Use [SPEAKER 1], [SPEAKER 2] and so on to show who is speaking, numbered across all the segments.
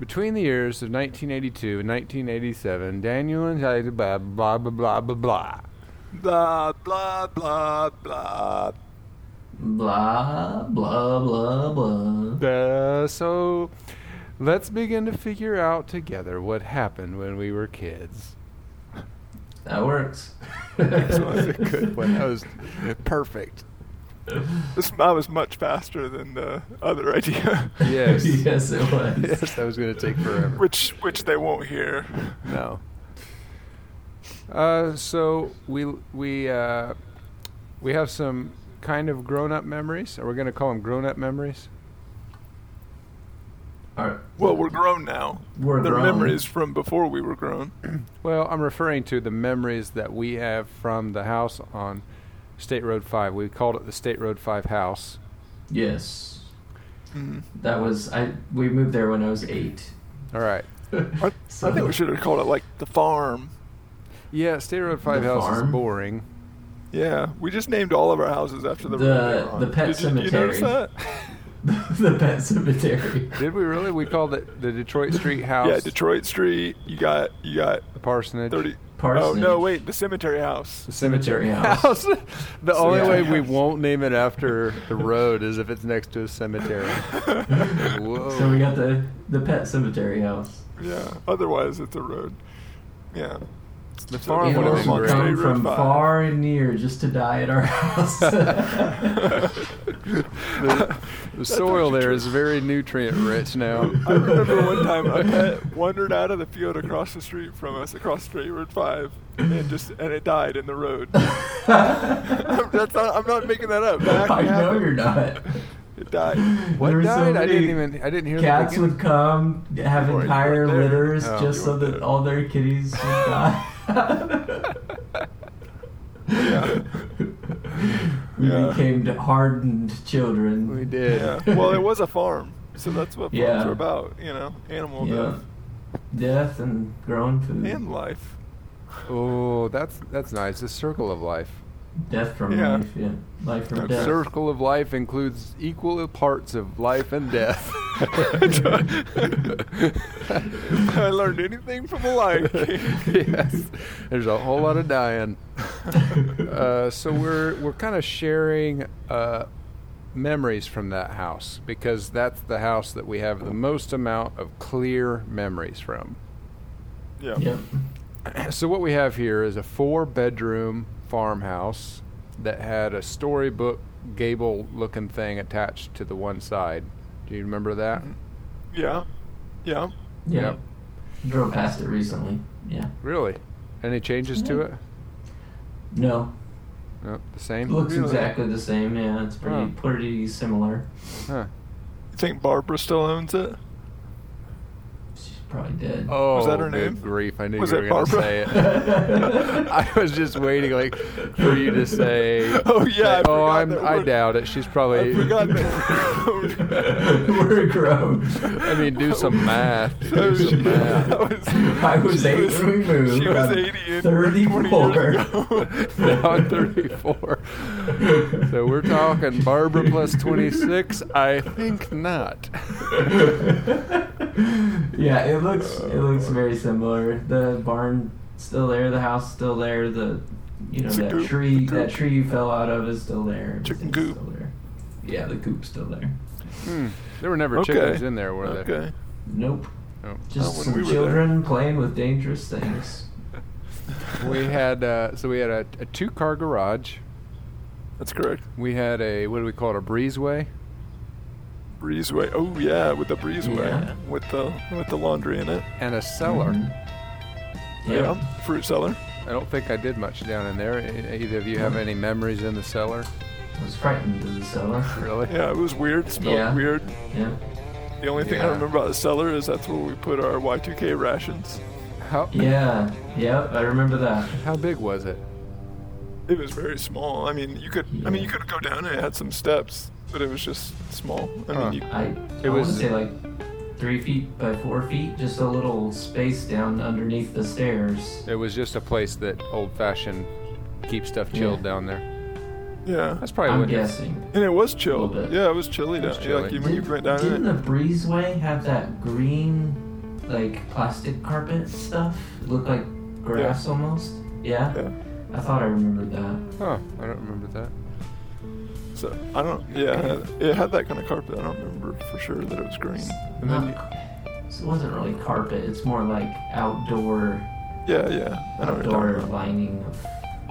[SPEAKER 1] Between the years of 1982 and 1987, Daniel and I blah blah blah blah blah blah.
[SPEAKER 2] Blah, blah, blah, blah.
[SPEAKER 3] Blah, blah, blah, blah.
[SPEAKER 1] Uh, so let's begin to figure out together what happened when we were kids.
[SPEAKER 3] That works.
[SPEAKER 2] This was a good one. That was perfect. This I was much faster than the other idea,
[SPEAKER 1] Yes.
[SPEAKER 3] yes, it was.
[SPEAKER 1] yes, that was going to take forever.
[SPEAKER 2] which which they won't hear.
[SPEAKER 1] No. Uh, so we we uh, we have some kind of grown-up memories. Are we going to call them grown-up memories?
[SPEAKER 3] Our-
[SPEAKER 2] Well, we're grown now.
[SPEAKER 3] We're
[SPEAKER 2] They're
[SPEAKER 3] grown.
[SPEAKER 2] memories from before we were grown.
[SPEAKER 1] Well, I'm referring to the memories that we have from the house on State Road Five. We called it the State Road Five house.
[SPEAKER 3] Yes.
[SPEAKER 2] Mhm.
[SPEAKER 3] That was I. We moved there when I was eight.
[SPEAKER 1] All right.
[SPEAKER 2] I, I think we should have called it like the farm.
[SPEAKER 1] Yeah, State Road Five
[SPEAKER 3] The
[SPEAKER 1] house
[SPEAKER 3] farm?
[SPEAKER 1] is boring.
[SPEAKER 2] Yeah, we just named all of our houses after the
[SPEAKER 3] The-
[SPEAKER 2] road they were on.
[SPEAKER 3] the pet
[SPEAKER 2] Did you- you notice
[SPEAKER 3] cemetery.
[SPEAKER 2] that?
[SPEAKER 3] the pet cemetery.
[SPEAKER 1] Did we really? We called it the Detroit Street House.
[SPEAKER 2] Yeah, Detroit Street. You got you got
[SPEAKER 1] The parsonage.
[SPEAKER 2] thirty. Oh
[SPEAKER 3] Parsonage.
[SPEAKER 2] no, wait, the cemetery house.
[SPEAKER 1] The
[SPEAKER 3] Cemetery
[SPEAKER 1] cemetery
[SPEAKER 3] house.
[SPEAKER 1] house. the only way
[SPEAKER 2] Cemetery
[SPEAKER 1] we
[SPEAKER 2] house.
[SPEAKER 1] won't name it after the road is if it's next to a cemetery. Whoa.
[SPEAKER 3] So we got the the pet cemetery house.
[SPEAKER 2] Yeah. Otherwise, it's a road. Yeah.
[SPEAKER 1] the
[SPEAKER 2] Oh,
[SPEAKER 1] farm
[SPEAKER 2] what
[SPEAKER 3] People
[SPEAKER 2] if
[SPEAKER 1] was
[SPEAKER 2] they want
[SPEAKER 3] would
[SPEAKER 2] to
[SPEAKER 3] come
[SPEAKER 1] great.
[SPEAKER 2] stay
[SPEAKER 3] from
[SPEAKER 2] roofed?
[SPEAKER 3] far and near just to die at our house.
[SPEAKER 1] The, the soil there is very nutrient rich now.
[SPEAKER 2] I remember one time a pet wandered out of the field across the street from us, across Straight Road Five, and just and it died in the road. That's not, I'm not making that up. That
[SPEAKER 3] I
[SPEAKER 2] actually
[SPEAKER 3] know
[SPEAKER 2] happened.
[SPEAKER 3] you're not.
[SPEAKER 2] It died.
[SPEAKER 1] What
[SPEAKER 3] There were so
[SPEAKER 1] died? I didn't
[SPEAKER 3] many
[SPEAKER 1] even. I didn't hear.
[SPEAKER 3] Cats
[SPEAKER 1] the
[SPEAKER 3] would come, have
[SPEAKER 2] weren't- you
[SPEAKER 3] entire
[SPEAKER 2] weren't there.
[SPEAKER 3] litters
[SPEAKER 1] Oh,
[SPEAKER 3] just
[SPEAKER 2] you
[SPEAKER 3] so
[SPEAKER 2] weren't
[SPEAKER 3] that
[SPEAKER 2] there.
[SPEAKER 3] all their kitties would die.
[SPEAKER 2] Yeah.
[SPEAKER 3] we
[SPEAKER 2] Yeah.
[SPEAKER 3] became hardened children.
[SPEAKER 1] We did.
[SPEAKER 2] Yeah. Well, it was a farm, so that's what farms
[SPEAKER 3] Yeah.
[SPEAKER 2] are about, you know, animal
[SPEAKER 3] Yeah. Death and growing food.
[SPEAKER 2] death and life.
[SPEAKER 1] Oh, that's that's nice. The circle of life.
[SPEAKER 3] Death from
[SPEAKER 2] Yeah.
[SPEAKER 3] life, yeah. Life from
[SPEAKER 2] That
[SPEAKER 3] death.
[SPEAKER 1] Circle of life includes equal parts of life and death.
[SPEAKER 2] I learned anything from the Lion King.
[SPEAKER 1] yes, there's a whole lot of dying. Uh, so we're we're kind of sharing uh, memories from that house because that's the house that we have the most amount of clear memories from.
[SPEAKER 2] Yeah.
[SPEAKER 3] Yep.
[SPEAKER 1] So what we have here is a four-bedroom farmhouse that had a storybook gable-looking thing attached to the one side. Do you remember that?
[SPEAKER 3] Mm-hmm.
[SPEAKER 2] Yeah. Yeah.
[SPEAKER 3] Yep.
[SPEAKER 1] Yep.
[SPEAKER 3] Drove past it recently. Yeah.
[SPEAKER 1] Really? Any changes to
[SPEAKER 3] Yeah.
[SPEAKER 1] it?
[SPEAKER 3] No.
[SPEAKER 1] No, the same.
[SPEAKER 3] Looks
[SPEAKER 2] Really?
[SPEAKER 3] exactly the same, yeah. It's pretty
[SPEAKER 1] Huh.
[SPEAKER 3] pretty similar.
[SPEAKER 1] Huh.
[SPEAKER 2] You think Barbara still owns it?
[SPEAKER 3] She's probably dead.
[SPEAKER 1] Oh,
[SPEAKER 2] that her
[SPEAKER 1] good
[SPEAKER 2] name?
[SPEAKER 1] grief! I knew
[SPEAKER 2] Was
[SPEAKER 1] you
[SPEAKER 2] it
[SPEAKER 1] were going to
[SPEAKER 2] Barbara?
[SPEAKER 1] say it. I was just waiting, like, for you to say.
[SPEAKER 2] Oh, yeah, I
[SPEAKER 1] that- oh,
[SPEAKER 2] forgot
[SPEAKER 1] I'm.
[SPEAKER 2] that
[SPEAKER 1] I
[SPEAKER 2] word.
[SPEAKER 1] doubt it. She's probably.
[SPEAKER 2] I forgot that.
[SPEAKER 3] We're grown.
[SPEAKER 1] I mean, do some math.
[SPEAKER 2] So
[SPEAKER 1] Do
[SPEAKER 2] she-
[SPEAKER 1] some
[SPEAKER 2] I
[SPEAKER 1] math.
[SPEAKER 2] was,
[SPEAKER 3] I was
[SPEAKER 2] she
[SPEAKER 3] eight when we moved.
[SPEAKER 2] She was
[SPEAKER 3] I'm
[SPEAKER 2] 80 and we're
[SPEAKER 3] 34.
[SPEAKER 2] 20 years ago.
[SPEAKER 1] On 34. So we're talking Barbara plus 26. I think not.
[SPEAKER 3] yeah, it looks it looks very similar. The barn still there, the house still there, the you know
[SPEAKER 2] It's a
[SPEAKER 3] that
[SPEAKER 2] coop,
[SPEAKER 3] tree
[SPEAKER 2] the coop.
[SPEAKER 3] that tree you fell out of is still there.
[SPEAKER 2] Chicken
[SPEAKER 3] everything's
[SPEAKER 2] coop.
[SPEAKER 3] Still there. Yeah, the coop's still there.
[SPEAKER 1] Hmm. There were never
[SPEAKER 2] Okay.
[SPEAKER 1] chickens in there, were there? Oh.
[SPEAKER 2] okay.
[SPEAKER 3] Nope.
[SPEAKER 1] No.
[SPEAKER 3] Just
[SPEAKER 2] when
[SPEAKER 3] some
[SPEAKER 2] we were
[SPEAKER 3] children playing with dangerous things.
[SPEAKER 1] We had uh, so we had a, a two-car garage.
[SPEAKER 2] That's correct.
[SPEAKER 1] We had a what do we call it? A breezeway.
[SPEAKER 2] Breezeway. Oh yeah, with the breezeway,
[SPEAKER 3] Yeah.
[SPEAKER 2] with the with the laundry in it.
[SPEAKER 1] and a cellar.
[SPEAKER 3] Yep.
[SPEAKER 2] Fruit cellar.
[SPEAKER 1] I don't think I did much down in there. E- Either of you have any memories in the cellar?
[SPEAKER 3] I was frightened of the cellar.
[SPEAKER 1] Really?
[SPEAKER 2] Yeah, it was weird. Smelled
[SPEAKER 3] Yeah.
[SPEAKER 2] weird.
[SPEAKER 3] Yeah.
[SPEAKER 2] The only thing I
[SPEAKER 1] Yeah.
[SPEAKER 2] remember about the cellar is that's where we put our Y2K rations.
[SPEAKER 1] How
[SPEAKER 3] Yeah. Yep. I remember that.
[SPEAKER 1] how big was it?
[SPEAKER 2] It was very small. I mean, you could. I mean, you could go down and it had some steps, but it was just small. I mean,
[SPEAKER 1] Huh.
[SPEAKER 2] you,
[SPEAKER 3] I
[SPEAKER 1] It
[SPEAKER 3] I want to
[SPEAKER 1] was-
[SPEAKER 3] say like three feet by four feet, just a little space down underneath the stairs.
[SPEAKER 1] It was just a place that old-fashioned keep stuff chilled
[SPEAKER 3] Yeah.
[SPEAKER 1] down there.
[SPEAKER 2] yeah.
[SPEAKER 1] That's probably
[SPEAKER 3] I'm
[SPEAKER 1] what. it-
[SPEAKER 3] guessing.
[SPEAKER 2] And it was chilled.
[SPEAKER 3] Little bit.
[SPEAKER 2] Yeah, it was chilly.
[SPEAKER 1] was
[SPEAKER 2] down. Yeah, like
[SPEAKER 1] chilly.
[SPEAKER 2] when you went down
[SPEAKER 3] Didn't
[SPEAKER 2] in
[SPEAKER 3] the
[SPEAKER 2] it.
[SPEAKER 3] breezeway have that green like plastic carpet stuff. It looked like grass almost. Yeah?
[SPEAKER 2] Yeah.
[SPEAKER 3] I thought I remembered that.
[SPEAKER 1] Huh, I don't remember that.
[SPEAKER 2] So I don't. Yeah, it had that kind of carpet. I don't remember for sure that it was green. And then,
[SPEAKER 3] Not, so it wasn't really carpet. It's more like outdoor
[SPEAKER 2] yeah, yeah. I know what you're
[SPEAKER 3] outdoor
[SPEAKER 2] talking about.
[SPEAKER 3] lining of.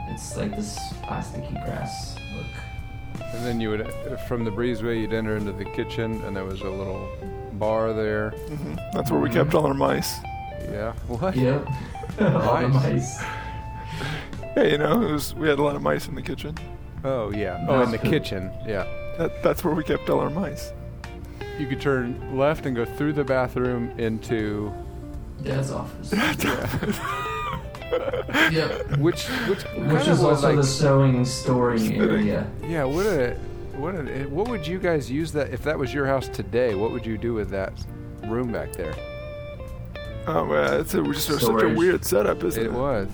[SPEAKER 3] It's like this plasticky grass look.
[SPEAKER 1] And then you would, uh, from the breezeway, you'd enter into the kitchen, and there was a little bar there.
[SPEAKER 2] hmm That's where we kept all our mice.
[SPEAKER 1] Yeah. What?
[SPEAKER 3] Yep. All the
[SPEAKER 1] Nice.
[SPEAKER 3] mice.
[SPEAKER 2] Yeah, you know, it was, we had a lot of mice in the kitchen.
[SPEAKER 1] Oh, yeah. Oh, in the
[SPEAKER 3] That's cool.
[SPEAKER 1] kitchen. Yeah.
[SPEAKER 2] That, that's where we kept all our mice.
[SPEAKER 1] You could turn left and go through the bathroom into
[SPEAKER 3] Dad's office.
[SPEAKER 2] yeah.
[SPEAKER 3] Yep.
[SPEAKER 1] which which
[SPEAKER 3] Which
[SPEAKER 1] kind of
[SPEAKER 3] is
[SPEAKER 1] was
[SPEAKER 3] also
[SPEAKER 1] like
[SPEAKER 3] the sewing and storing area.
[SPEAKER 1] yeah. What a what a eh, what would you guys use that if that was your house today? What would you do with that room back there?
[SPEAKER 2] Oh, well, it's a, we just are such a
[SPEAKER 3] Storage.
[SPEAKER 2] weird setup, isn't it?
[SPEAKER 1] It was.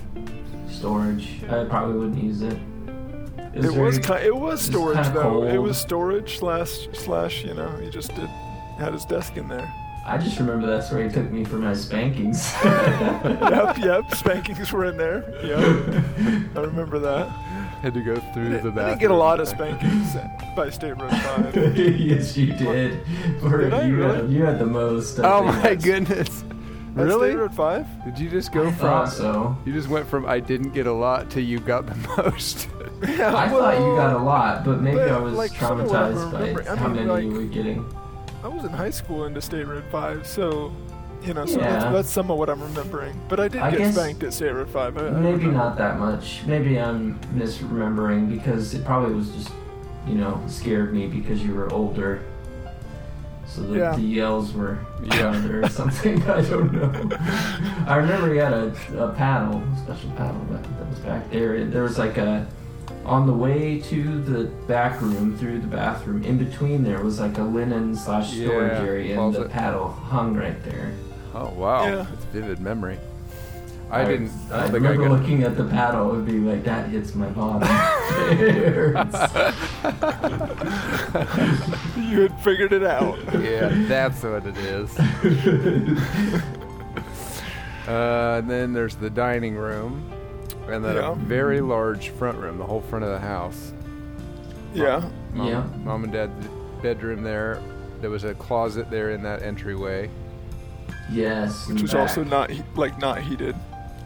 [SPEAKER 3] Storage. I probably wouldn't use it.
[SPEAKER 2] It was
[SPEAKER 3] very-
[SPEAKER 2] kind. It was
[SPEAKER 3] it's
[SPEAKER 2] storage
[SPEAKER 3] kinda
[SPEAKER 2] though. It
[SPEAKER 3] cold.
[SPEAKER 2] was storage slash slash. You know, he just did had his desk in there.
[SPEAKER 3] I just remember that's where he took me for my spankings.
[SPEAKER 2] yep, yep. Spankings were in there. Yep. I remember that.
[SPEAKER 1] Had to go through
[SPEAKER 2] I
[SPEAKER 1] the
[SPEAKER 2] didn't
[SPEAKER 1] bathroom.
[SPEAKER 2] I didn't get a lot of spankings by State Road Five.
[SPEAKER 3] yes, you did. Or
[SPEAKER 2] Did I
[SPEAKER 3] you,
[SPEAKER 2] really?
[SPEAKER 3] had, you had the most. I
[SPEAKER 1] Oh
[SPEAKER 3] think.
[SPEAKER 1] my goodness!
[SPEAKER 2] At
[SPEAKER 1] Really?
[SPEAKER 2] State Road Five.
[SPEAKER 1] Did you just go
[SPEAKER 3] I
[SPEAKER 1] from
[SPEAKER 3] thought so.
[SPEAKER 1] you just went from I didn't get a lot to you got the most?
[SPEAKER 2] Yeah,
[SPEAKER 3] I
[SPEAKER 2] well,
[SPEAKER 3] thought you got a lot, but maybe
[SPEAKER 2] but,
[SPEAKER 3] I was
[SPEAKER 2] like, some of what I
[SPEAKER 3] traumatized
[SPEAKER 2] remember-
[SPEAKER 3] by
[SPEAKER 2] I
[SPEAKER 3] how
[SPEAKER 2] mean,
[SPEAKER 3] many you
[SPEAKER 2] like-
[SPEAKER 3] were getting.
[SPEAKER 2] I was in high school into State Road Five, so. You know, so
[SPEAKER 3] Yeah.
[SPEAKER 2] that's, that's some of what I'm remembering. But I did
[SPEAKER 3] I
[SPEAKER 2] get
[SPEAKER 3] guess-
[SPEAKER 2] spanked at State Road Five. I, I
[SPEAKER 3] Maybe
[SPEAKER 2] remember.
[SPEAKER 3] not that much. Maybe I'm misremembering because it probably was just, you know, scared me because you were older. So the,
[SPEAKER 2] Yeah.
[SPEAKER 3] the yells were
[SPEAKER 1] Yeah.
[SPEAKER 3] louder or something. I don't know. I remember you had a, a paddle, a special paddle that, that was back there. There was like a, on the way to the back room through the bathroom, in between there was like a linen slash storage
[SPEAKER 1] Yeah,
[SPEAKER 3] area, and the
[SPEAKER 1] closet.
[SPEAKER 3] paddle hung right there.
[SPEAKER 1] Oh wow,
[SPEAKER 2] Yeah.
[SPEAKER 1] that's vivid memory. I, didn't. I, don't think
[SPEAKER 3] I,
[SPEAKER 1] I
[SPEAKER 3] remember
[SPEAKER 1] got.
[SPEAKER 3] looking at the paddle and being like, "That hits my bottom." It hurts.
[SPEAKER 2] You had figured it out.
[SPEAKER 1] yeah, that's what it is. Uh, and then there's the dining room, and then
[SPEAKER 2] Yeah.
[SPEAKER 1] a very large front room, the whole front of the house.
[SPEAKER 2] yeah.
[SPEAKER 1] Mom,
[SPEAKER 3] Yeah.
[SPEAKER 1] Mom and Dad's bedroom there. There was a closet there in that entryway.
[SPEAKER 3] yes,
[SPEAKER 2] Which was also not he- like not heated.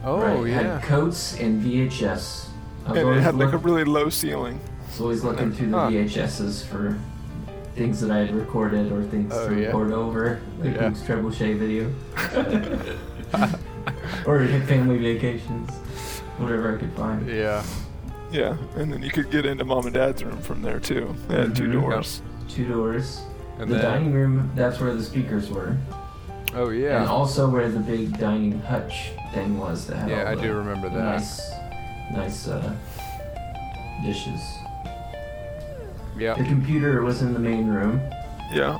[SPEAKER 1] Oh yeah.
[SPEAKER 3] Had coats and VHS. I was
[SPEAKER 2] and it
[SPEAKER 3] always,
[SPEAKER 2] had like a
[SPEAKER 3] look-
[SPEAKER 2] really low ceiling.
[SPEAKER 3] was always looking through the
[SPEAKER 1] Huh.
[SPEAKER 3] VHSs for things that I had recorded or things
[SPEAKER 1] Oh,
[SPEAKER 3] to
[SPEAKER 1] yeah.
[SPEAKER 3] record over, like
[SPEAKER 1] Yeah.
[SPEAKER 3] Luke's Trebuchet video, or family vacations, whatever I could find.
[SPEAKER 1] yeah.
[SPEAKER 2] Yeah, and then you could get into mom and dad's room from there too. They had two
[SPEAKER 3] Mhm.
[SPEAKER 2] doors.
[SPEAKER 3] Two doors.
[SPEAKER 1] And
[SPEAKER 3] the
[SPEAKER 1] then,
[SPEAKER 3] dining room. That's where the speakers were.
[SPEAKER 1] Oh
[SPEAKER 3] And
[SPEAKER 1] yeah.
[SPEAKER 3] also where the big dining hutch thing was that had
[SPEAKER 1] Yeah,
[SPEAKER 3] all
[SPEAKER 1] I
[SPEAKER 3] the
[SPEAKER 1] do remember that.
[SPEAKER 3] Nice, nice uh, dishes. The
[SPEAKER 1] Yeah.
[SPEAKER 3] computer was in the main room.
[SPEAKER 2] Yeah,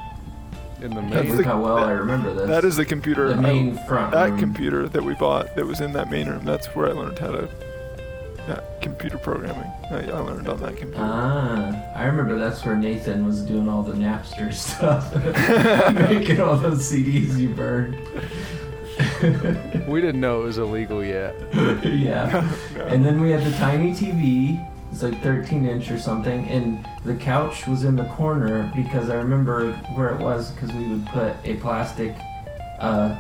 [SPEAKER 1] In the
[SPEAKER 3] Can't
[SPEAKER 2] That's
[SPEAKER 1] main.
[SPEAKER 3] believe
[SPEAKER 2] the-
[SPEAKER 3] how well I
[SPEAKER 2] that-
[SPEAKER 3] remember this.
[SPEAKER 2] that is the computer.
[SPEAKER 3] the
[SPEAKER 2] I-
[SPEAKER 3] main front
[SPEAKER 2] that
[SPEAKER 3] room.
[SPEAKER 2] computer that we bought that was in that main room. That's where I learned how to yeah, computer programming. I, I learned on that computer.
[SPEAKER 3] Ah, I remember that's where Nathan was doing all the Napster stuff, making all those CDs you burned.
[SPEAKER 1] We didn't know it was illegal yet.
[SPEAKER 3] yeah. And then we had the tiny TV. It's like 13 inch or something, and the couch was in the corner because I remember where it was because we would put a plastic uh,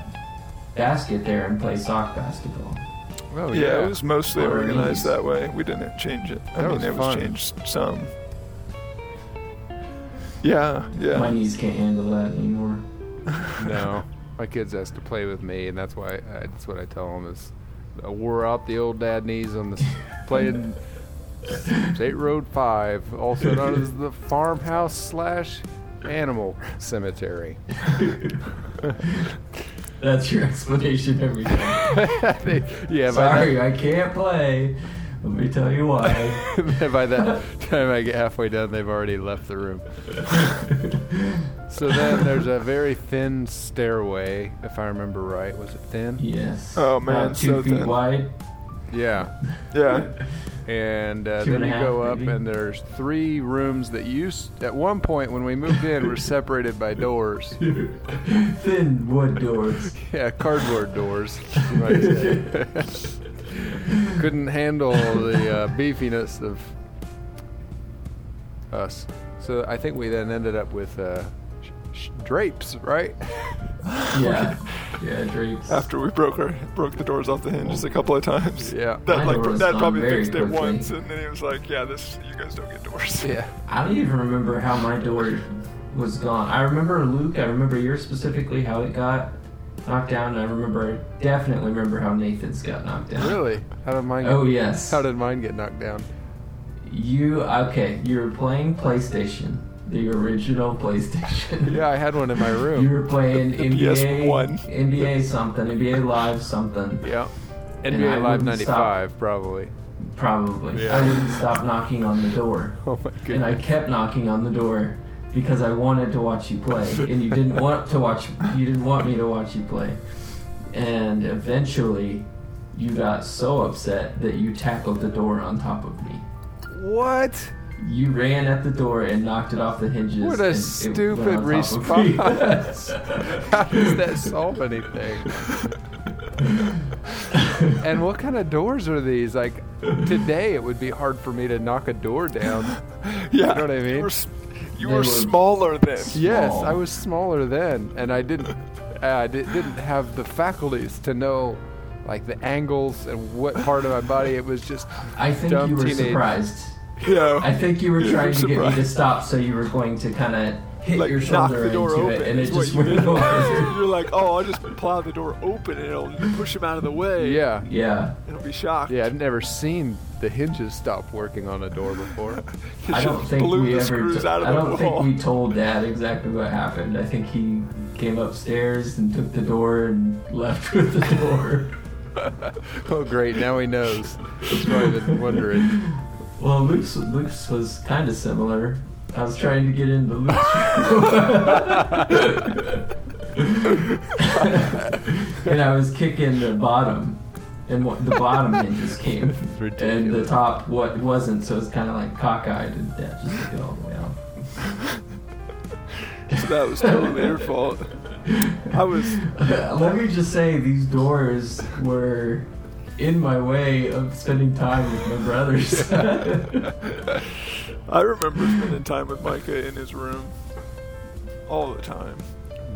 [SPEAKER 3] basket there and play sock basketball.
[SPEAKER 1] Oh
[SPEAKER 2] yeah,
[SPEAKER 1] yeah.
[SPEAKER 2] it was mostly
[SPEAKER 3] Or these.
[SPEAKER 2] organized that way. We didn't change it. I
[SPEAKER 1] That
[SPEAKER 2] mean,
[SPEAKER 1] was
[SPEAKER 2] it was
[SPEAKER 1] fun.
[SPEAKER 2] changed some. Yeah, yeah.
[SPEAKER 3] My knees can't handle that anymore.
[SPEAKER 1] No, my kids has to play with me, and that's why I, that's what I tell them is I wore out the old dad knees on the playing State Road Five, also known as the farmhouse slash animal cemetery.
[SPEAKER 3] That's your explanation every time.
[SPEAKER 1] yeah,
[SPEAKER 3] Sorry,
[SPEAKER 1] by
[SPEAKER 3] I can't play. Let me tell you why.
[SPEAKER 1] that, by that time I get halfway done, they've already left the room. So then there's a very thin stairway, if I remember right. Was it thin?
[SPEAKER 3] yes.
[SPEAKER 2] Oh, man,
[SPEAKER 3] About two
[SPEAKER 2] so
[SPEAKER 3] feet
[SPEAKER 2] then-
[SPEAKER 3] wide.
[SPEAKER 1] Yeah.
[SPEAKER 2] Yeah.
[SPEAKER 1] and uh,
[SPEAKER 3] Two
[SPEAKER 1] then
[SPEAKER 3] and a
[SPEAKER 1] you
[SPEAKER 3] half,
[SPEAKER 1] go up
[SPEAKER 3] maybe?
[SPEAKER 1] and there's three rooms that used at one point when we moved in were separated by doors
[SPEAKER 3] Thin wood doors.
[SPEAKER 1] yeah cardboard doors you might say. couldn't handle the uh, beefiness of us so i think we then ended up with uh, sh- sh- drapes right
[SPEAKER 3] Yeah. Yeah, drapes.
[SPEAKER 2] After we broke our broke the doors off the hinges a couple of times.
[SPEAKER 1] Yeah.
[SPEAKER 2] That
[SPEAKER 3] My
[SPEAKER 2] like
[SPEAKER 3] door was
[SPEAKER 2] that
[SPEAKER 3] gone
[SPEAKER 2] probably
[SPEAKER 3] very
[SPEAKER 2] fixed it
[SPEAKER 3] quickly.
[SPEAKER 2] once, and then he was like, "Yeah, this you guys don't get doors."
[SPEAKER 1] yeah
[SPEAKER 3] I don't even remember how my door was gone. I remember Luke, I remember yours specifically how it got knocked down, and I remember definitely remember how Nathan's got knocked down.
[SPEAKER 1] really how did mine get,
[SPEAKER 3] Oh yes.
[SPEAKER 1] how did mine get knocked down
[SPEAKER 3] you okay, you were playing PlayStation. The original PlayStation.
[SPEAKER 1] yeah i had one in my
[SPEAKER 3] You
[SPEAKER 1] room
[SPEAKER 3] were playing
[SPEAKER 2] The- the
[SPEAKER 3] NBA
[SPEAKER 2] PS1.
[SPEAKER 3] NBA something, NBA Live something.
[SPEAKER 1] yeah
[SPEAKER 3] And I
[SPEAKER 1] nba live
[SPEAKER 3] wouldn't stop.
[SPEAKER 1] 95 probably
[SPEAKER 3] Probably.
[SPEAKER 1] Yeah.
[SPEAKER 3] I wouldn't stop knocking on the door.
[SPEAKER 1] oh my
[SPEAKER 3] and I
[SPEAKER 1] goodness
[SPEAKER 3] kept knocking on the door because I wanted to watch you play, and you didn't want to watch. You didn't want me to watch you play, and eventually, you got so upset that you tackled the door on top of me.
[SPEAKER 1] what
[SPEAKER 3] You ran at the door and knocked it off the hinges.
[SPEAKER 1] What a
[SPEAKER 3] and it went
[SPEAKER 1] stupid
[SPEAKER 3] on top of me.
[SPEAKER 1] response. How does that solve anything? And what kind of doors are these? Like today, it would be hard for me to knock a door down.
[SPEAKER 2] Yeah.
[SPEAKER 1] know what I mean?
[SPEAKER 2] You were, s- you
[SPEAKER 3] They
[SPEAKER 2] were
[SPEAKER 3] were-
[SPEAKER 2] smaller then.
[SPEAKER 1] Yes,
[SPEAKER 3] Small.
[SPEAKER 1] I was smaller then, and I didn't, I di- didn't have the faculties to know, like the angles and what part of my body. It was just
[SPEAKER 3] I think
[SPEAKER 1] Dumb
[SPEAKER 3] you were
[SPEAKER 1] teenage.
[SPEAKER 3] surprised.
[SPEAKER 2] Yeah.
[SPEAKER 3] I think you were
[SPEAKER 2] You
[SPEAKER 3] trying
[SPEAKER 2] were
[SPEAKER 3] to get me to
[SPEAKER 2] surprised.
[SPEAKER 3] stop, so you were going to kind of hit
[SPEAKER 2] like
[SPEAKER 3] your
[SPEAKER 2] knock
[SPEAKER 3] shoulder
[SPEAKER 2] the door
[SPEAKER 3] into
[SPEAKER 2] open.
[SPEAKER 3] it, and it
[SPEAKER 2] is what
[SPEAKER 3] just
[SPEAKER 2] you
[SPEAKER 3] went
[SPEAKER 2] did.
[SPEAKER 3] over.
[SPEAKER 2] You're like, oh, I'll just plow the door open and it'll push him out of the way.
[SPEAKER 1] yeah,
[SPEAKER 3] yeah.
[SPEAKER 2] It'll be shocked.
[SPEAKER 1] yeah. I'd never seen the hinges stop working on a door before.
[SPEAKER 2] It
[SPEAKER 3] I don't
[SPEAKER 2] just
[SPEAKER 3] think
[SPEAKER 2] blew
[SPEAKER 3] we
[SPEAKER 2] the
[SPEAKER 3] ever.
[SPEAKER 2] screws out of
[SPEAKER 3] I
[SPEAKER 2] the
[SPEAKER 3] don't
[SPEAKER 2] wall.
[SPEAKER 3] think we told Dad exactly what happened. I think he came upstairs and took the door and left with the door.
[SPEAKER 1] oh, great! Now he knows. That's why I've been wondering.
[SPEAKER 3] well, Luke's Luke's was kind of similar. I was trying to get into Luke's, and I was kicking the bottom, and what, the bottom hinges came, and the
[SPEAKER 1] ridiculous.
[SPEAKER 3] top what wasn't. So it's kind of like cockeyed, and Dad just took it all the way out.
[SPEAKER 2] So that was totally your fault. I was
[SPEAKER 3] Let me just say, these doors were in my way of spending time with my brothers.
[SPEAKER 2] I remember spending time with Micah in his room all the time.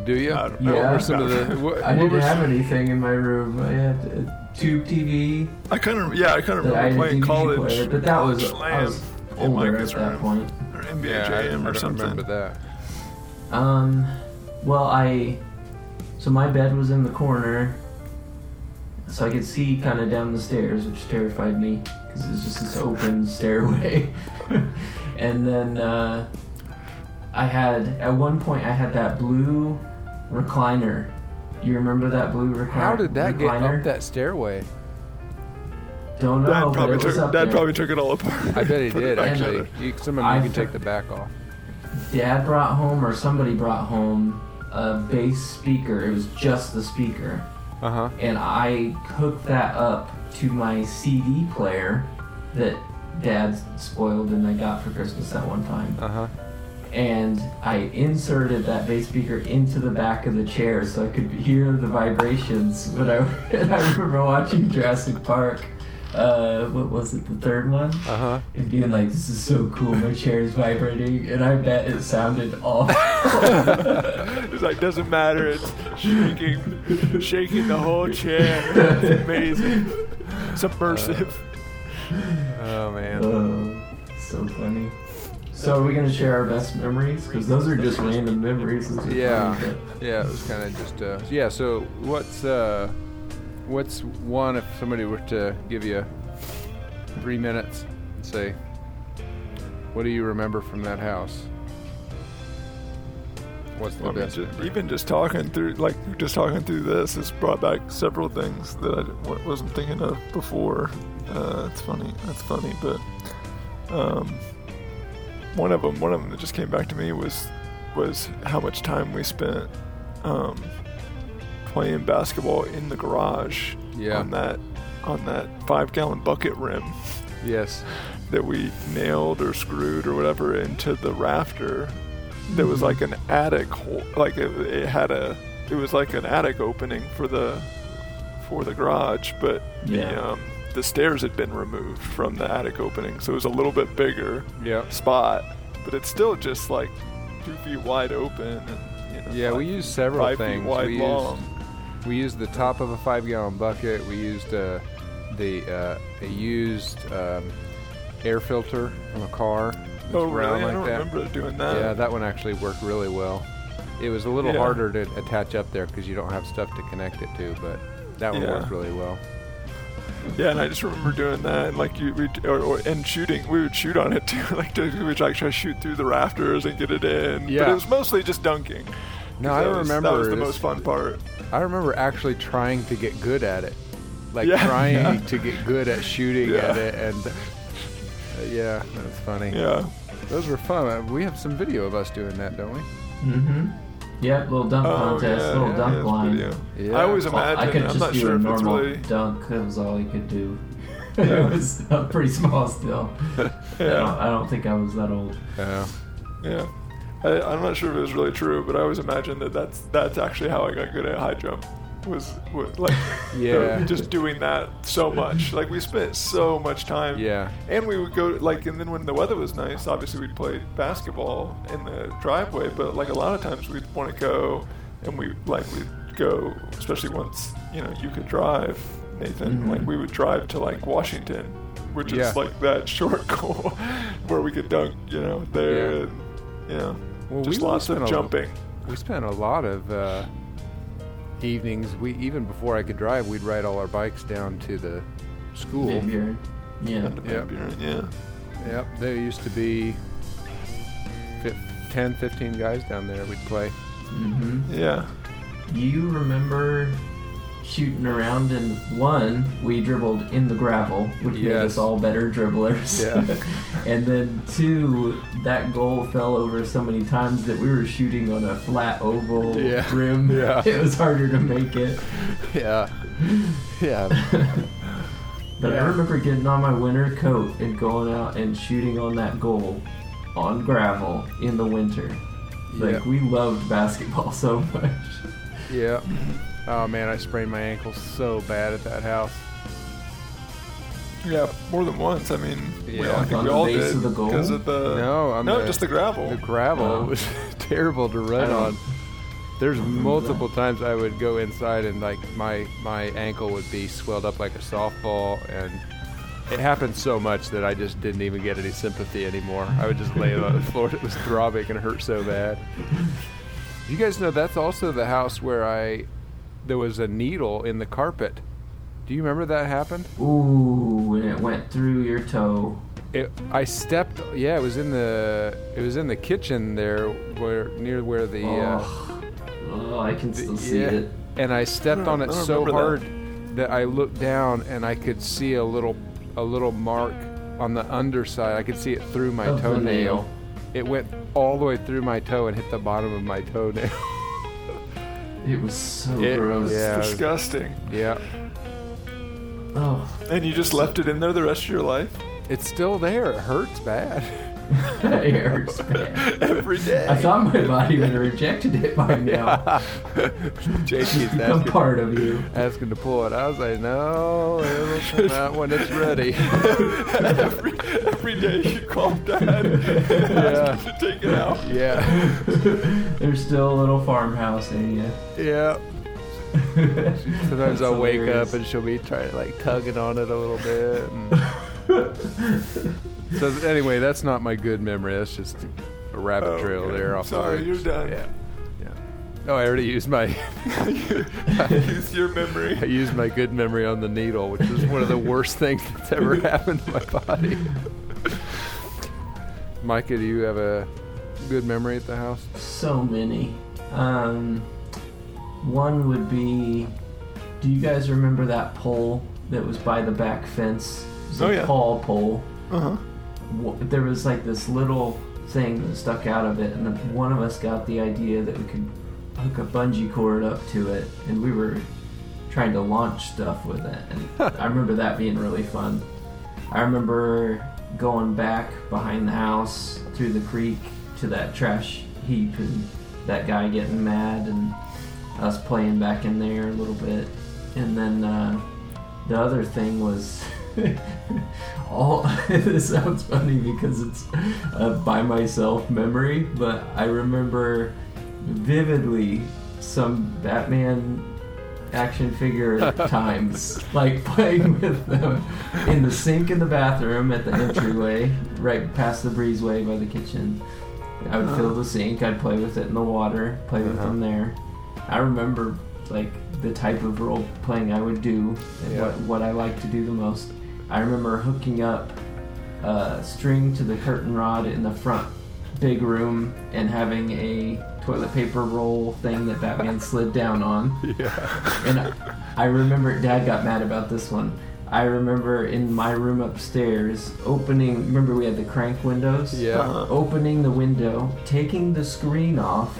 [SPEAKER 1] Do you?
[SPEAKER 2] I don't
[SPEAKER 3] know.
[SPEAKER 1] What
[SPEAKER 3] Yeah.
[SPEAKER 1] were some of the? What,
[SPEAKER 3] I
[SPEAKER 1] what
[SPEAKER 3] didn't
[SPEAKER 1] were
[SPEAKER 3] have anything in my room. I had a tube TV
[SPEAKER 2] I kind of yeah, I kind of
[SPEAKER 3] that I
[SPEAKER 2] remember
[SPEAKER 3] had a
[SPEAKER 2] playing
[SPEAKER 3] DVD
[SPEAKER 2] college
[SPEAKER 3] player, but that was I
[SPEAKER 2] Slam
[SPEAKER 3] was
[SPEAKER 2] in
[SPEAKER 3] older at
[SPEAKER 2] Micah's
[SPEAKER 3] that
[SPEAKER 2] room.
[SPEAKER 3] point.
[SPEAKER 2] or NBA
[SPEAKER 1] Yeah, I,
[SPEAKER 2] Jam
[SPEAKER 1] I
[SPEAKER 2] or
[SPEAKER 1] don't
[SPEAKER 2] something.
[SPEAKER 1] remember that.
[SPEAKER 3] Um, well, I so my bed was in the corner, so I could see kind of down the stairs, which terrified me because it was just this open stairway. and then uh, I had at one point I had that blue recliner. You remember that blue recli- recliner?
[SPEAKER 1] How did that get up that stairway?
[SPEAKER 3] Don't know,
[SPEAKER 2] Dad
[SPEAKER 3] Oh, but
[SPEAKER 2] probably
[SPEAKER 3] it was
[SPEAKER 2] took
[SPEAKER 3] up
[SPEAKER 2] Dad
[SPEAKER 3] there.
[SPEAKER 2] probably took it all apart.
[SPEAKER 1] I bet he
[SPEAKER 2] Put it
[SPEAKER 1] did
[SPEAKER 2] back
[SPEAKER 1] actually.
[SPEAKER 2] together.
[SPEAKER 1] You, some of
[SPEAKER 3] I-
[SPEAKER 1] you can take the back off.
[SPEAKER 3] Dad brought home, or somebody brought home, a bass speaker. It was just the speaker.
[SPEAKER 1] Uh
[SPEAKER 2] Uh-huh.
[SPEAKER 1] huh.
[SPEAKER 3] and I hooked that up to my CD player that Dad spoiled and I got for Christmas that one time.
[SPEAKER 1] Uh huh.
[SPEAKER 3] And I inserted that bass speaker into the back of the chair so I could hear the vibrations. When I and I remember watching Jurassic Park. Uh, what was it? The third one.
[SPEAKER 1] Uh
[SPEAKER 2] Uh-huh.
[SPEAKER 1] huh.
[SPEAKER 3] And being like, "This is so cool! My chair is vibrating," and I bet it sounded awful.
[SPEAKER 2] It's like doesn't matter. It's shaking, shaking the whole chair. It's amazing. It's immersive.
[SPEAKER 1] Oh man.
[SPEAKER 2] Uh,
[SPEAKER 3] Oh, so funny. So are we gonna share our best memories? Because those are just random memories. Those are
[SPEAKER 1] Yeah.
[SPEAKER 3] funny,
[SPEAKER 1] Yeah. It was kind of just. Uh, yeah. So what's uh, what's one if somebody were to give you three minutes and say, what do you remember from that house? What's the
[SPEAKER 2] I mean,
[SPEAKER 1] best?
[SPEAKER 2] ju-
[SPEAKER 1] memory?
[SPEAKER 2] even just talking through, like just talking through this, has brought back several things that I didn't- wa- wasn't thinking of before. Uh, it's funny. That's funny, but um, one of them, one of them that just came back to me was was how much time we spent um, playing basketball in the garage
[SPEAKER 1] Yeah.
[SPEAKER 2] on that on that five gallon bucket rim.
[SPEAKER 1] Yes.
[SPEAKER 2] that we nailed or screwed or whatever into the rafter there
[SPEAKER 1] Mm-hmm.
[SPEAKER 2] was like an attic hole like it, it had a it was like an attic opening for the for the garage but the
[SPEAKER 3] Yeah.
[SPEAKER 2] um, the stairs had been removed from the attic opening so it was a little bit bigger
[SPEAKER 1] Yep.
[SPEAKER 2] spot but it's still just like two feet wide open and you know,
[SPEAKER 1] Yeah,
[SPEAKER 2] five-
[SPEAKER 1] we used several
[SPEAKER 2] five
[SPEAKER 1] things.
[SPEAKER 2] feet wide
[SPEAKER 1] we
[SPEAKER 2] long
[SPEAKER 1] used we used the top of a five gallon bucket. We used uh, the uh, a used um, air filter on a car. It was
[SPEAKER 2] oh
[SPEAKER 1] round
[SPEAKER 2] really i
[SPEAKER 1] like
[SPEAKER 2] don't
[SPEAKER 1] that.
[SPEAKER 2] remember doing that
[SPEAKER 1] Yeah, that one actually worked really well. It was a little
[SPEAKER 2] Yeah.
[SPEAKER 1] harder to attach up there because you don't have stuff to connect it to, but that one
[SPEAKER 2] Yeah.
[SPEAKER 1] worked really well.
[SPEAKER 2] Yeah, and I just remember doing that, and like you, we'd, or, or and shooting, we would shoot on it too. Like to- we would like try to shoot through the rafters and get it in. but
[SPEAKER 1] Yeah.
[SPEAKER 2] it was mostly just dunking.
[SPEAKER 1] No,
[SPEAKER 2] 'Cause
[SPEAKER 1] I
[SPEAKER 2] that was-
[SPEAKER 1] remember
[SPEAKER 2] that was the
[SPEAKER 1] this-
[SPEAKER 2] most fun part.
[SPEAKER 1] I remember actually trying to get good at it, like
[SPEAKER 2] Yeah,
[SPEAKER 1] trying
[SPEAKER 2] yeah.
[SPEAKER 1] to get good at shooting
[SPEAKER 2] Yeah.
[SPEAKER 1] at it, and uh, yeah, that's funny.
[SPEAKER 2] Yeah,
[SPEAKER 1] Those were fun. Uh, We have some video of us doing that, don't we?
[SPEAKER 3] Mm-hmm. Yep, little dunk contest, little
[SPEAKER 2] Oh, yeah,
[SPEAKER 3] dunk
[SPEAKER 2] it's
[SPEAKER 3] line.
[SPEAKER 2] video.
[SPEAKER 1] Yeah.
[SPEAKER 2] I always
[SPEAKER 1] I-
[SPEAKER 3] Well,
[SPEAKER 2] imagine.
[SPEAKER 3] I could
[SPEAKER 2] am
[SPEAKER 3] just
[SPEAKER 2] not
[SPEAKER 3] do
[SPEAKER 2] sure
[SPEAKER 3] a
[SPEAKER 2] if it's
[SPEAKER 3] normal
[SPEAKER 2] really.
[SPEAKER 3] dunk. That was all I could do.
[SPEAKER 2] Yeah.
[SPEAKER 3] it was uh, pretty small still. I, don't,
[SPEAKER 2] Yeah,
[SPEAKER 3] I don't think I was that old.
[SPEAKER 1] Uh,
[SPEAKER 2] yeah. I, I'm not sure if it was really true, but I always imagined that that's that's actually how I got good at high jump. Was, was like
[SPEAKER 1] Yeah.
[SPEAKER 2] just doing that so much. Like we spent so much time
[SPEAKER 1] yeah.
[SPEAKER 2] And we would go like, and then when the weather was nice, obviously we'd play basketball in the driveway. But like a lot of times we'd want to go, and we like we'd go, especially once you know you could drive, Nathan.
[SPEAKER 3] Mhm.
[SPEAKER 2] Like we would drive to like Washington, which
[SPEAKER 1] Mm-hmm. Yeah.
[SPEAKER 2] is like that short goal where we could dunk, you know, there,
[SPEAKER 1] Yeah.
[SPEAKER 2] and you know,
[SPEAKER 1] Well,
[SPEAKER 2] just
[SPEAKER 1] we- we
[SPEAKER 2] lots
[SPEAKER 1] spent
[SPEAKER 2] of
[SPEAKER 1] a-
[SPEAKER 2] jumping.
[SPEAKER 1] We spent a lot of uh, evenings. We even before I could drive, we'd ride all our bikes down to the school.
[SPEAKER 3] Maybe you're- Yeah.
[SPEAKER 2] Kind of
[SPEAKER 1] Yep.
[SPEAKER 2] beer, yeah.
[SPEAKER 1] Yep, there used to be fif- 10, 15 guys down there we'd play.
[SPEAKER 3] hmm
[SPEAKER 2] Yeah.
[SPEAKER 3] You remember shooting around and one we dribbled in the gravel, which made
[SPEAKER 1] Yes.
[SPEAKER 3] us all better dribblers.
[SPEAKER 1] Yeah.
[SPEAKER 3] and then two, that goal fell over so many times that we were shooting on a flat oval
[SPEAKER 1] Yeah.
[SPEAKER 3] rim.
[SPEAKER 1] Yeah.
[SPEAKER 3] It was harder to make it.
[SPEAKER 1] Yeah. Yeah.
[SPEAKER 3] But
[SPEAKER 1] Yeah.
[SPEAKER 3] I remember getting on my winter coat and going out and shooting on that goal on gravel in the winter. Like
[SPEAKER 1] Yeah.
[SPEAKER 3] we loved basketball so much.
[SPEAKER 1] yeah. Oh man, I sprained my ankle so bad at that house.
[SPEAKER 2] Yeah, more than once. I mean, we
[SPEAKER 1] Yeah.
[SPEAKER 2] all, I think
[SPEAKER 3] On
[SPEAKER 2] we
[SPEAKER 3] the
[SPEAKER 2] all
[SPEAKER 3] base
[SPEAKER 2] did
[SPEAKER 3] of the goal?
[SPEAKER 2] because of the
[SPEAKER 1] No, I'm
[SPEAKER 2] no,
[SPEAKER 1] the-
[SPEAKER 2] just the gravel.
[SPEAKER 1] The gravel
[SPEAKER 3] Wow.
[SPEAKER 1] was terrible to
[SPEAKER 3] I
[SPEAKER 1] run
[SPEAKER 3] don't-
[SPEAKER 1] on. There's
[SPEAKER 3] remember
[SPEAKER 1] multiple times I would go inside and like my my ankle would be swelled up like a softball and it happened so much that I just didn't even get any sympathy anymore. I would just lay on the floor. It was throbbing and hurt so bad. You guys know that's also the house where I there was a needle in the carpet. Do you remember that happened?
[SPEAKER 3] Ooh, and it went through your toe.
[SPEAKER 1] It, I stepped. Yeah, it was in the it was in the kitchen there, where near where the. Uh,
[SPEAKER 3] oh, oh, I can still see
[SPEAKER 1] yeah.
[SPEAKER 3] it.
[SPEAKER 1] And I stepped on
[SPEAKER 2] I
[SPEAKER 1] it
[SPEAKER 2] don't
[SPEAKER 1] so
[SPEAKER 2] remember
[SPEAKER 1] hard
[SPEAKER 2] that.
[SPEAKER 1] that. I looked down and I could see a little a little mark on the underside. I could see it through my
[SPEAKER 3] Of the
[SPEAKER 1] toenail.
[SPEAKER 3] nail.
[SPEAKER 1] It went all the way through my toe and hit the bottom of my toenail.
[SPEAKER 3] It was so
[SPEAKER 1] It-
[SPEAKER 3] gross.
[SPEAKER 1] yeah.
[SPEAKER 2] It's disgusting.
[SPEAKER 1] yeah.
[SPEAKER 3] Oh,
[SPEAKER 2] And you just left it in there the rest of your life?
[SPEAKER 1] It's still there. It hurts bad.
[SPEAKER 3] it hurts bad.
[SPEAKER 2] Every day.
[SPEAKER 3] I thought my body would have rejected it by now.
[SPEAKER 1] JP's
[SPEAKER 3] Become
[SPEAKER 1] asking,
[SPEAKER 3] part of you.
[SPEAKER 1] asking to pull it. I was like, no, it'll come out when it's ready.
[SPEAKER 2] every, every day you call dad and ask him to take it out.
[SPEAKER 1] yeah.
[SPEAKER 3] There's still a little farmhouse in you.
[SPEAKER 1] Yeah. Sometimes
[SPEAKER 3] That's
[SPEAKER 1] I'll wake
[SPEAKER 3] hilarious.
[SPEAKER 1] up and she'll be trying like tugging on it a little bit. And... so th- anyway, that's not my good memory. That's just a rabbit
[SPEAKER 2] Oh,
[SPEAKER 1] trail
[SPEAKER 2] okay.
[SPEAKER 1] there. Off the
[SPEAKER 2] Sorry,
[SPEAKER 1] loop.
[SPEAKER 2] you're done.
[SPEAKER 1] Yeah. Yeah. Oh, I already used my
[SPEAKER 2] Use your memory.
[SPEAKER 1] I used my good memory on the needle, which is one of the worst things that's ever happened to my body. Micah, do you have a good memory at the house?
[SPEAKER 3] So many. Um, one would be do you guys remember that pole that was by the back fence? It was a
[SPEAKER 2] Oh, yeah.
[SPEAKER 3] tall pole.
[SPEAKER 2] Uh-huh.
[SPEAKER 3] Wh- There was like this little thing that stuck out of it, and the, one of us got the idea that we could hook a bungee cord up to it, and we were trying to launch stuff with it. And I remember that being really fun. I remember going back behind the house through the creek to that trash heap and that guy getting mad and us playing back in there a little bit. And then uh, the other thing was all this sounds funny because it's a by myself memory, but I remember vividly some Batman action figure at times, like playing with them in the sink in the bathroom at the entryway, right past the breezeway by the kitchen. I would
[SPEAKER 1] Uh-huh.
[SPEAKER 3] fill the sink, I'd play with it in the water, play with them there. I remember like the type of role playing I would do and
[SPEAKER 1] Yeah.
[SPEAKER 3] what, what I like to do the most. I remember hooking up a string to the curtain rod in the front big room and having a toilet paper roll thing that Batman slid down on
[SPEAKER 1] Yeah.
[SPEAKER 3] and I, I remember dad got mad about this one i remember in my room upstairs opening remember we had the crank windows
[SPEAKER 1] Yeah.
[SPEAKER 3] opening the window taking the screen off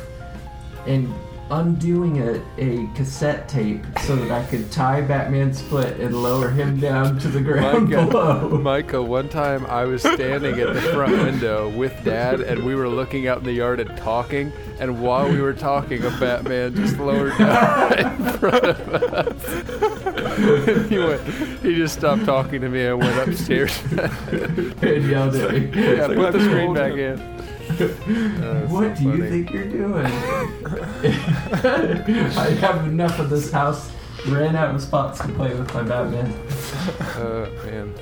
[SPEAKER 3] and undoing a, a cassette tape so that i could tie batman's foot and lower him down to the ground
[SPEAKER 1] Micah,
[SPEAKER 3] below
[SPEAKER 1] Micah, one time I was standing at the front window with Dad, and we were looking out in the yard and talking. And while we were talking, a Batman just lowered down in front of us. And he, went, he just stopped talking to me and went upstairs.
[SPEAKER 3] and yelled at me
[SPEAKER 1] yeah,
[SPEAKER 2] like
[SPEAKER 1] put the
[SPEAKER 2] I'm
[SPEAKER 1] screen
[SPEAKER 2] old
[SPEAKER 1] back
[SPEAKER 2] now.
[SPEAKER 1] in. Uh, it's
[SPEAKER 3] What
[SPEAKER 1] so
[SPEAKER 3] do you
[SPEAKER 1] funny.
[SPEAKER 3] think you're doing? I have enough of this house. Ran out of spots to play with my Batman.
[SPEAKER 1] Uh, man.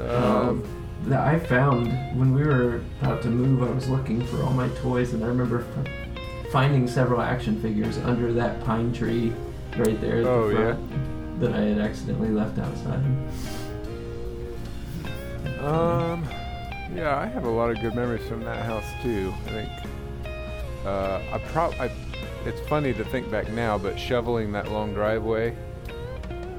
[SPEAKER 1] Um,
[SPEAKER 3] Um, that I found when we were about to move, I was looking for all my toys, and I remember f- finding several action figures under that pine tree right there at
[SPEAKER 1] Oh,
[SPEAKER 3] the
[SPEAKER 1] yeah.
[SPEAKER 3] front that I had accidentally left outside.
[SPEAKER 1] Um, yeah, I have a lot of good memories from that house too. I think uh, I prob I, it's funny to think back now, but shoveling that long driveway,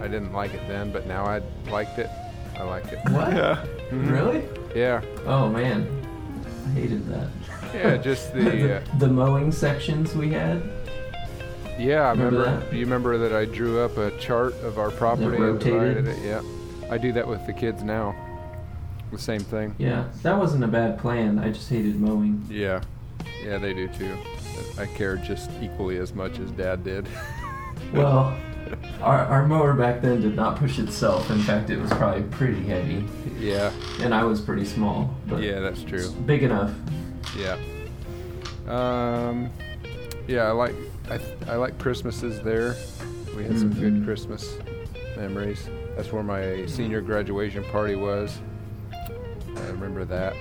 [SPEAKER 1] I didn't like it then, but now I liked it. I liked it.
[SPEAKER 3] What?
[SPEAKER 2] Yeah.
[SPEAKER 3] Mm-hmm. Really?
[SPEAKER 1] Yeah,
[SPEAKER 3] Oh man, I hated that.
[SPEAKER 1] yeah, just the uh,
[SPEAKER 3] the mowing sections we had.
[SPEAKER 1] yeah. I
[SPEAKER 3] Remember
[SPEAKER 1] remember.
[SPEAKER 3] that?
[SPEAKER 1] Do you remember that I drew up a chart of our property? and
[SPEAKER 3] rotated?
[SPEAKER 1] divided It? Yeah, I do that with the kids now. The same thing.
[SPEAKER 3] Yeah, that wasn't a bad plan. I just hated mowing.
[SPEAKER 1] Yeah, yeah, they do too. I care just equally as much as Dad did.
[SPEAKER 3] Well, our, our mower back then did not push itself. In fact, it was probably pretty heavy,
[SPEAKER 1] Yeah,
[SPEAKER 3] and I was pretty small. But
[SPEAKER 1] yeah, that's true.
[SPEAKER 3] Big enough.
[SPEAKER 1] Yeah. Um, yeah, I like I, th- I like Christmases there. We had some good
[SPEAKER 3] Mhm.
[SPEAKER 1] Christmas memories. That's where my senior graduation party was. I remember that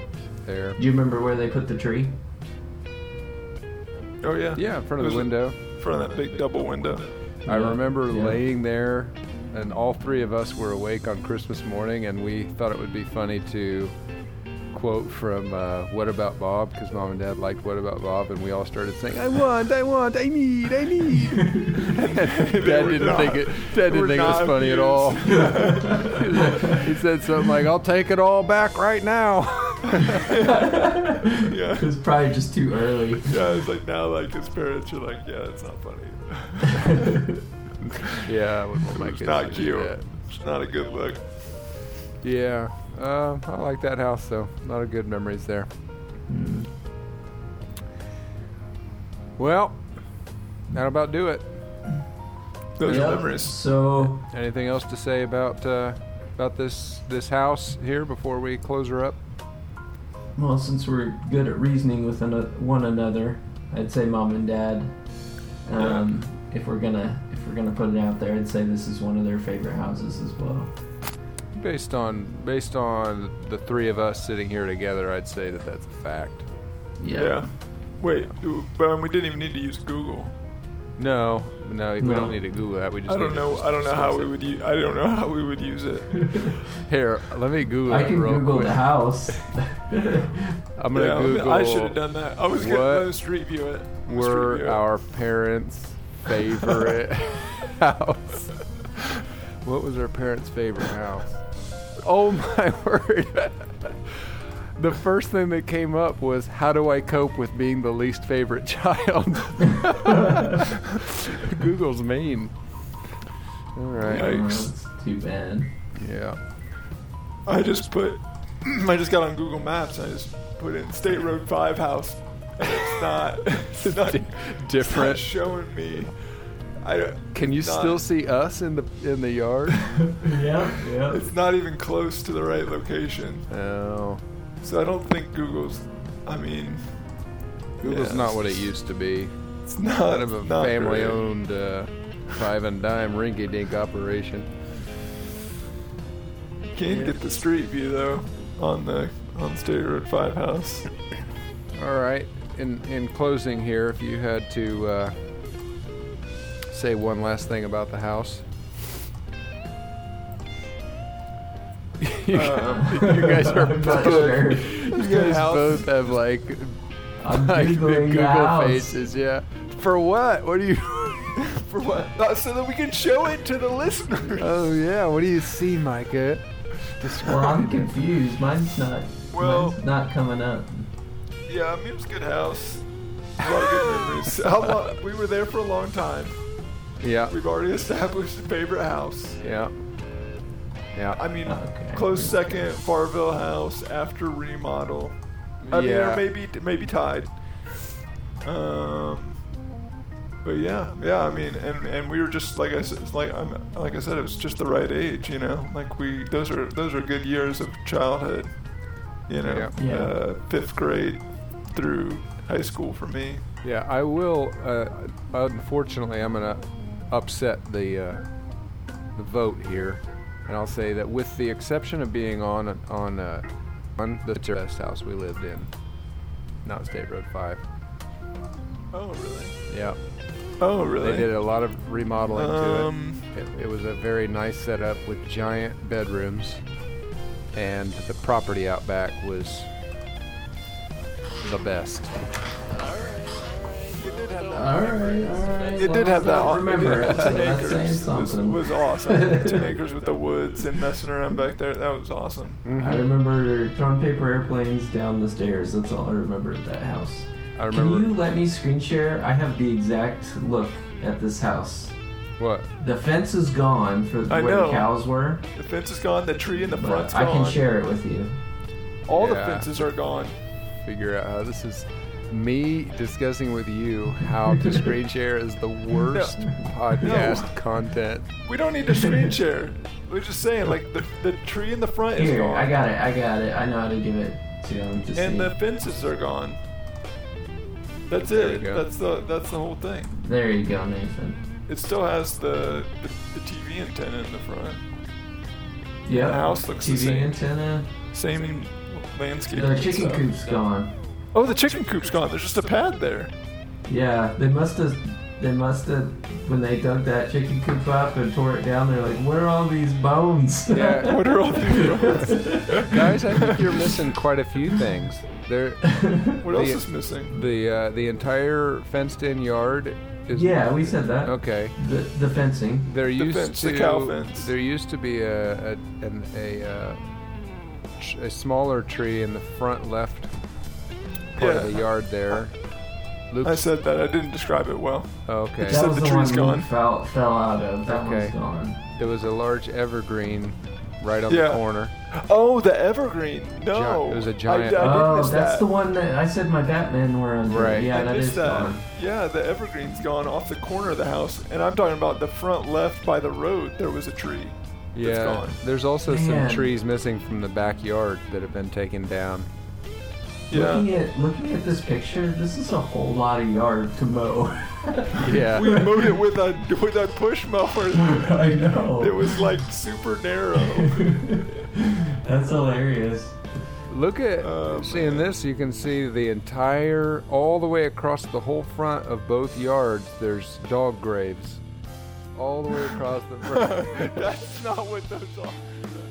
[SPEAKER 1] there.
[SPEAKER 3] Do you remember where they put the tree?
[SPEAKER 2] Oh yeah.
[SPEAKER 1] Yeah, in front of
[SPEAKER 2] It
[SPEAKER 1] the
[SPEAKER 2] was
[SPEAKER 1] window.
[SPEAKER 2] In front of that big double window.
[SPEAKER 1] I
[SPEAKER 3] Yeah,
[SPEAKER 1] remember
[SPEAKER 3] yeah.
[SPEAKER 1] laying there, and all three of us were awake on Christmas morning, and we thought it would be funny to quote from uh, What About Bob, because mom and dad liked What About Bob, and we all started saying, I want, I want, I need, I need. dad
[SPEAKER 2] They were
[SPEAKER 1] didn't
[SPEAKER 2] not-
[SPEAKER 1] think it, dad
[SPEAKER 2] they
[SPEAKER 1] didn't
[SPEAKER 2] were
[SPEAKER 1] think it was
[SPEAKER 2] not
[SPEAKER 1] funny at
[SPEAKER 2] amused.
[SPEAKER 1] all. he said something like, I'll take it all back right now.
[SPEAKER 2] Yeah.
[SPEAKER 3] It was probably just too early.
[SPEAKER 2] Yeah, it's like now, like his parents are like, yeah, it's not funny.
[SPEAKER 3] Hmm.
[SPEAKER 1] yeah, I wouldn't want my
[SPEAKER 2] it's
[SPEAKER 1] kids
[SPEAKER 2] not
[SPEAKER 1] to do
[SPEAKER 2] cute.
[SPEAKER 1] that.
[SPEAKER 2] It's not a good look.
[SPEAKER 1] Yeah, uh, I like that house though. A lot of good memories there.
[SPEAKER 3] Mm.
[SPEAKER 1] Well, that'll about do it.
[SPEAKER 2] Those
[SPEAKER 3] Yep,
[SPEAKER 2] are memories.
[SPEAKER 3] So,
[SPEAKER 1] Anything else to say about uh, about this this house here before we close her up?
[SPEAKER 3] well, since we're good at reasoning with ano- one another, I'd say mom and dad. Um, if we're gonna if we're gonna put it out there, I'd say this is one of their favorite houses as well.
[SPEAKER 1] Based on based on the three of us sitting here together, I'd say that that's a fact.
[SPEAKER 2] Yeah. Wait, ooh, but um, we didn't even need to use Google.
[SPEAKER 1] No, no, we
[SPEAKER 3] No.
[SPEAKER 1] don't need to Google that. We just
[SPEAKER 2] I don't
[SPEAKER 1] need
[SPEAKER 2] know.
[SPEAKER 1] To
[SPEAKER 2] I don't know how we would. Use, I don't know how we would use it.
[SPEAKER 1] Here, let me Google.
[SPEAKER 3] I
[SPEAKER 1] it
[SPEAKER 3] can
[SPEAKER 1] real
[SPEAKER 3] Google
[SPEAKER 1] quick.
[SPEAKER 3] the house.
[SPEAKER 1] I'm gonna
[SPEAKER 2] Yeah, I mean,
[SPEAKER 1] Google.
[SPEAKER 2] I should have done that. I was gonna
[SPEAKER 1] what
[SPEAKER 2] let Street View it. Let us Street View
[SPEAKER 1] were
[SPEAKER 2] it.
[SPEAKER 1] our parents' favorite house? What was our parents' favorite house? Oh my word. The first thing that came up was how do I cope with being the least favorite child? Google's mean. All right.
[SPEAKER 2] Yikes.
[SPEAKER 3] Well, that's too bad.
[SPEAKER 1] Yeah.
[SPEAKER 2] I just put. I just got on Google Maps. And I just put in State Road Five house. And it's not. It's not it's not
[SPEAKER 1] Different.
[SPEAKER 2] showing me. I don't-
[SPEAKER 1] Can you
[SPEAKER 2] it's not-
[SPEAKER 1] still see us in the in the yard?
[SPEAKER 3] yeah, yeah.
[SPEAKER 2] It's not even close to the right location.
[SPEAKER 1] no.
[SPEAKER 2] So I don't think Google's. I mean,
[SPEAKER 1] Google's
[SPEAKER 2] Yeah,
[SPEAKER 1] not
[SPEAKER 2] it's
[SPEAKER 1] what it
[SPEAKER 2] just-
[SPEAKER 1] used to be.
[SPEAKER 2] It's not,
[SPEAKER 1] Kind of a
[SPEAKER 2] not great.
[SPEAKER 1] family-owned uh, five and dime rinky-dink operation.
[SPEAKER 2] Can't get the street view though on the on State Road Five house.
[SPEAKER 1] All right. In in closing here, if you had to uh, say one last thing about the house, you,
[SPEAKER 2] Um,
[SPEAKER 1] you guys are
[SPEAKER 3] Uh, I'm
[SPEAKER 1] both,
[SPEAKER 3] not sure.
[SPEAKER 1] you guys
[SPEAKER 2] House
[SPEAKER 1] both have like
[SPEAKER 3] I'm
[SPEAKER 1] like big
[SPEAKER 3] Googling the
[SPEAKER 1] Google
[SPEAKER 3] house.
[SPEAKER 1] faces. Yeah. For what? What do you?
[SPEAKER 2] For what? Uh, so that we can show it to the listeners.
[SPEAKER 1] oh yeah. What do you see, Micah?
[SPEAKER 3] Well, I'm confused. Mine's not.
[SPEAKER 2] Well-
[SPEAKER 3] mine's not coming up.
[SPEAKER 2] yeah, I mean it was a good house. A lot of good memories. How long, we were there for a long time.
[SPEAKER 1] Yeah.
[SPEAKER 2] We've already established a favorite house.
[SPEAKER 1] Yeah. Yeah.
[SPEAKER 2] I mean,
[SPEAKER 3] Okay.
[SPEAKER 2] close second, Farville House after remodel. I mean,
[SPEAKER 1] Yeah.
[SPEAKER 2] or maybe maybe tied. Um, but yeah, yeah. I mean, and and we were just like I said, like I'm like I said, it was just the right age, you know. Like we, those are those are good years of childhood, you know,
[SPEAKER 1] Yeah.
[SPEAKER 3] Yeah.
[SPEAKER 2] Uh, fifth grade through high school for me.
[SPEAKER 1] Yeah, I will. Uh, unfortunately, I'm going to upset the uh, the vote here, and I'll say that with the exception of being on on uh, on the best house we lived in, not State Road Five.
[SPEAKER 2] Oh really?
[SPEAKER 1] Yeah,
[SPEAKER 2] Oh really?
[SPEAKER 1] they did a lot of remodeling
[SPEAKER 2] Um,
[SPEAKER 1] to it. it. It was a very nice setup with giant bedrooms, and the property out back was the best.
[SPEAKER 2] It did have that.
[SPEAKER 3] All right, all right.
[SPEAKER 2] It did have that.
[SPEAKER 3] Remember,
[SPEAKER 2] it
[SPEAKER 3] it,
[SPEAKER 2] did
[SPEAKER 3] so
[SPEAKER 2] have
[SPEAKER 3] that's saying
[SPEAKER 2] was,
[SPEAKER 3] something.
[SPEAKER 2] was awesome. Ten acres with the woods and messing around back there. That was awesome.
[SPEAKER 1] Mm-hmm.
[SPEAKER 3] I remember throwing paper airplanes down the stairs. That's all I remember at that house.
[SPEAKER 1] I remember
[SPEAKER 3] Can you let me screen share? I have the exact look at this house.
[SPEAKER 1] what?
[SPEAKER 3] The fence is gone for
[SPEAKER 2] I
[SPEAKER 3] where
[SPEAKER 2] know.
[SPEAKER 3] the cows were,
[SPEAKER 2] The fence is gone. The tree in the
[SPEAKER 3] but
[SPEAKER 2] front's
[SPEAKER 3] I
[SPEAKER 2] gone.
[SPEAKER 3] can share it with you.
[SPEAKER 2] All the
[SPEAKER 1] Yeah.
[SPEAKER 2] fences are gone.
[SPEAKER 1] figure out how this is me discussing with you how to screen share is the worst podcast content.
[SPEAKER 2] We don't need to screen share. We're just saying, like the, the tree in the front is
[SPEAKER 3] Here,
[SPEAKER 2] gone,
[SPEAKER 3] I got it. I got it. I know how to give it to him to see.
[SPEAKER 2] and the fences are gone. That's
[SPEAKER 1] There we
[SPEAKER 2] it.
[SPEAKER 1] go.
[SPEAKER 2] That's the that's the whole thing.
[SPEAKER 3] there you go, Nathan.
[SPEAKER 2] It still has the the, the TV antenna in the front.
[SPEAKER 3] Yeah.
[SPEAKER 2] The house looks the
[SPEAKER 3] TV
[SPEAKER 2] same.
[SPEAKER 3] antenna.
[SPEAKER 2] Same landscape.
[SPEAKER 3] The
[SPEAKER 2] and
[SPEAKER 3] chicken
[SPEAKER 2] stuff.
[SPEAKER 3] coop's gone.
[SPEAKER 2] Oh, the chicken coop's gone. There's just a pad there.
[SPEAKER 3] Yeah, they must have. They must have. When they dug that chicken coop up and tore it down, they're like, "Where are all these bones?"
[SPEAKER 1] Yeah,
[SPEAKER 2] what are all these bones?
[SPEAKER 1] Guys, I think you're missing quite a few things. There,
[SPEAKER 2] What else
[SPEAKER 1] The-
[SPEAKER 2] is missing?
[SPEAKER 1] the uh, the entire fenced-in yard is
[SPEAKER 3] yeah, we said that.
[SPEAKER 1] okay.
[SPEAKER 3] The, the fencing.
[SPEAKER 1] There used
[SPEAKER 2] fence,
[SPEAKER 1] to
[SPEAKER 2] the cow fence.
[SPEAKER 1] there used to be a a an, a, uh, tr- a smaller tree in the front left part of
[SPEAKER 2] Yeah.
[SPEAKER 1] the yard there.
[SPEAKER 2] I
[SPEAKER 1] Luke's,
[SPEAKER 2] said that. I didn't describe it well.
[SPEAKER 1] Oh, okay.
[SPEAKER 2] said
[SPEAKER 3] That was
[SPEAKER 2] the
[SPEAKER 3] the,
[SPEAKER 2] tree's
[SPEAKER 3] one
[SPEAKER 2] gone.
[SPEAKER 3] Luke fell fell out of. That
[SPEAKER 1] Okay.
[SPEAKER 3] one's gone.
[SPEAKER 1] There was a large evergreen right on
[SPEAKER 2] Yeah.
[SPEAKER 1] the corner.
[SPEAKER 2] Oh, the evergreen. No.
[SPEAKER 1] Gi- it was a
[SPEAKER 2] I-
[SPEAKER 1] giant-
[SPEAKER 2] I, did
[SPEAKER 3] oh,
[SPEAKER 2] miss
[SPEAKER 3] that's
[SPEAKER 2] that.
[SPEAKER 3] the one that I said my Batman were under.
[SPEAKER 1] Right.
[SPEAKER 2] I
[SPEAKER 3] Yeah, that
[SPEAKER 2] missed
[SPEAKER 3] is
[SPEAKER 2] that.
[SPEAKER 3] gone.
[SPEAKER 2] Yeah, the evergreen's gone off the corner of the house, and I'm talking about the front left by the road. There was a tree. That's
[SPEAKER 1] Yeah,
[SPEAKER 2] gone.
[SPEAKER 1] there's also
[SPEAKER 3] Man.
[SPEAKER 1] some trees missing from the backyard that have been taken down.
[SPEAKER 2] Yeah.
[SPEAKER 3] Looking at looking at this picture, this is a whole lot of yard to mow.
[SPEAKER 1] Yeah,
[SPEAKER 2] We mowed it with a with a push mower.
[SPEAKER 3] I know.
[SPEAKER 2] It was like super narrow.
[SPEAKER 3] That's hilarious.
[SPEAKER 1] look at
[SPEAKER 2] Oh,
[SPEAKER 1] seeing this. You can see the entire, all the way across the whole front of both yards. There's dog graves, all the way across the front.
[SPEAKER 2] that's not what those are.